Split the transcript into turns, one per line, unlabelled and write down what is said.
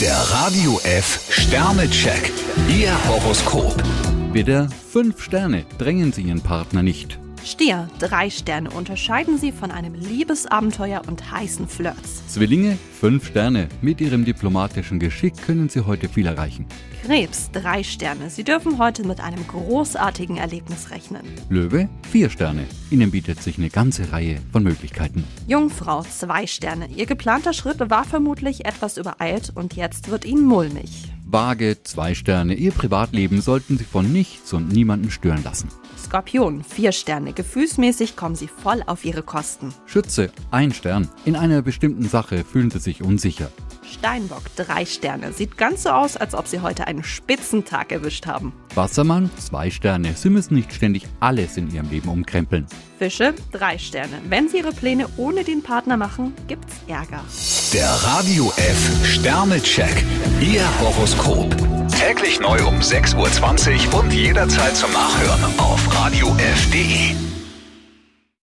Der Radio F Sternecheck. Ihr Horoskop.
Bitte fünf Sterne, drängen Sie Ihren Partner nicht.
Stier, drei Sterne unterscheiden Sie von einem Liebesabenteuer und heißen Flirts.
Zwillinge, fünf Sterne, mit Ihrem diplomatischen Geschick können Sie heute viel erreichen.
Krebs, drei Sterne. Sie dürfen heute mit einem großartigen Erlebnis rechnen.
Löwe, vier Sterne, Ihnen bietet sich eine ganze Reihe von Möglichkeiten.
Jungfrau, zwei Sterne. Ihr geplanter Schritt war vermutlich etwas übereilt und jetzt wird Ihnen mulmig.
Waage, zwei Sterne, Ihr Privatleben sollten Sie von nichts und niemanden stören lassen.
Skorpion, vier Sterne. Gefühlsmäßig kommen Sie voll auf Ihre Kosten.
Schütze, ein Stern, in einer bestimmten Sache fühlen Sie sich unsicher.
Steinbock, drei Sterne. Sieht ganz so aus, als ob Sie heute einen Spitzentag erwischt haben.
Wassermann, zwei Sterne, Sie müssen nicht ständig alles in Ihrem Leben umkrempeln.
Fische, drei Sterne. Wenn Sie Ihre Pläne ohne den Partner machen, gibt's Ärger.
Der Radio F Sternecheck. Ihr Horoskop. Täglich neu um 6.20 Uhr und jederzeit zum Nachhören auf E.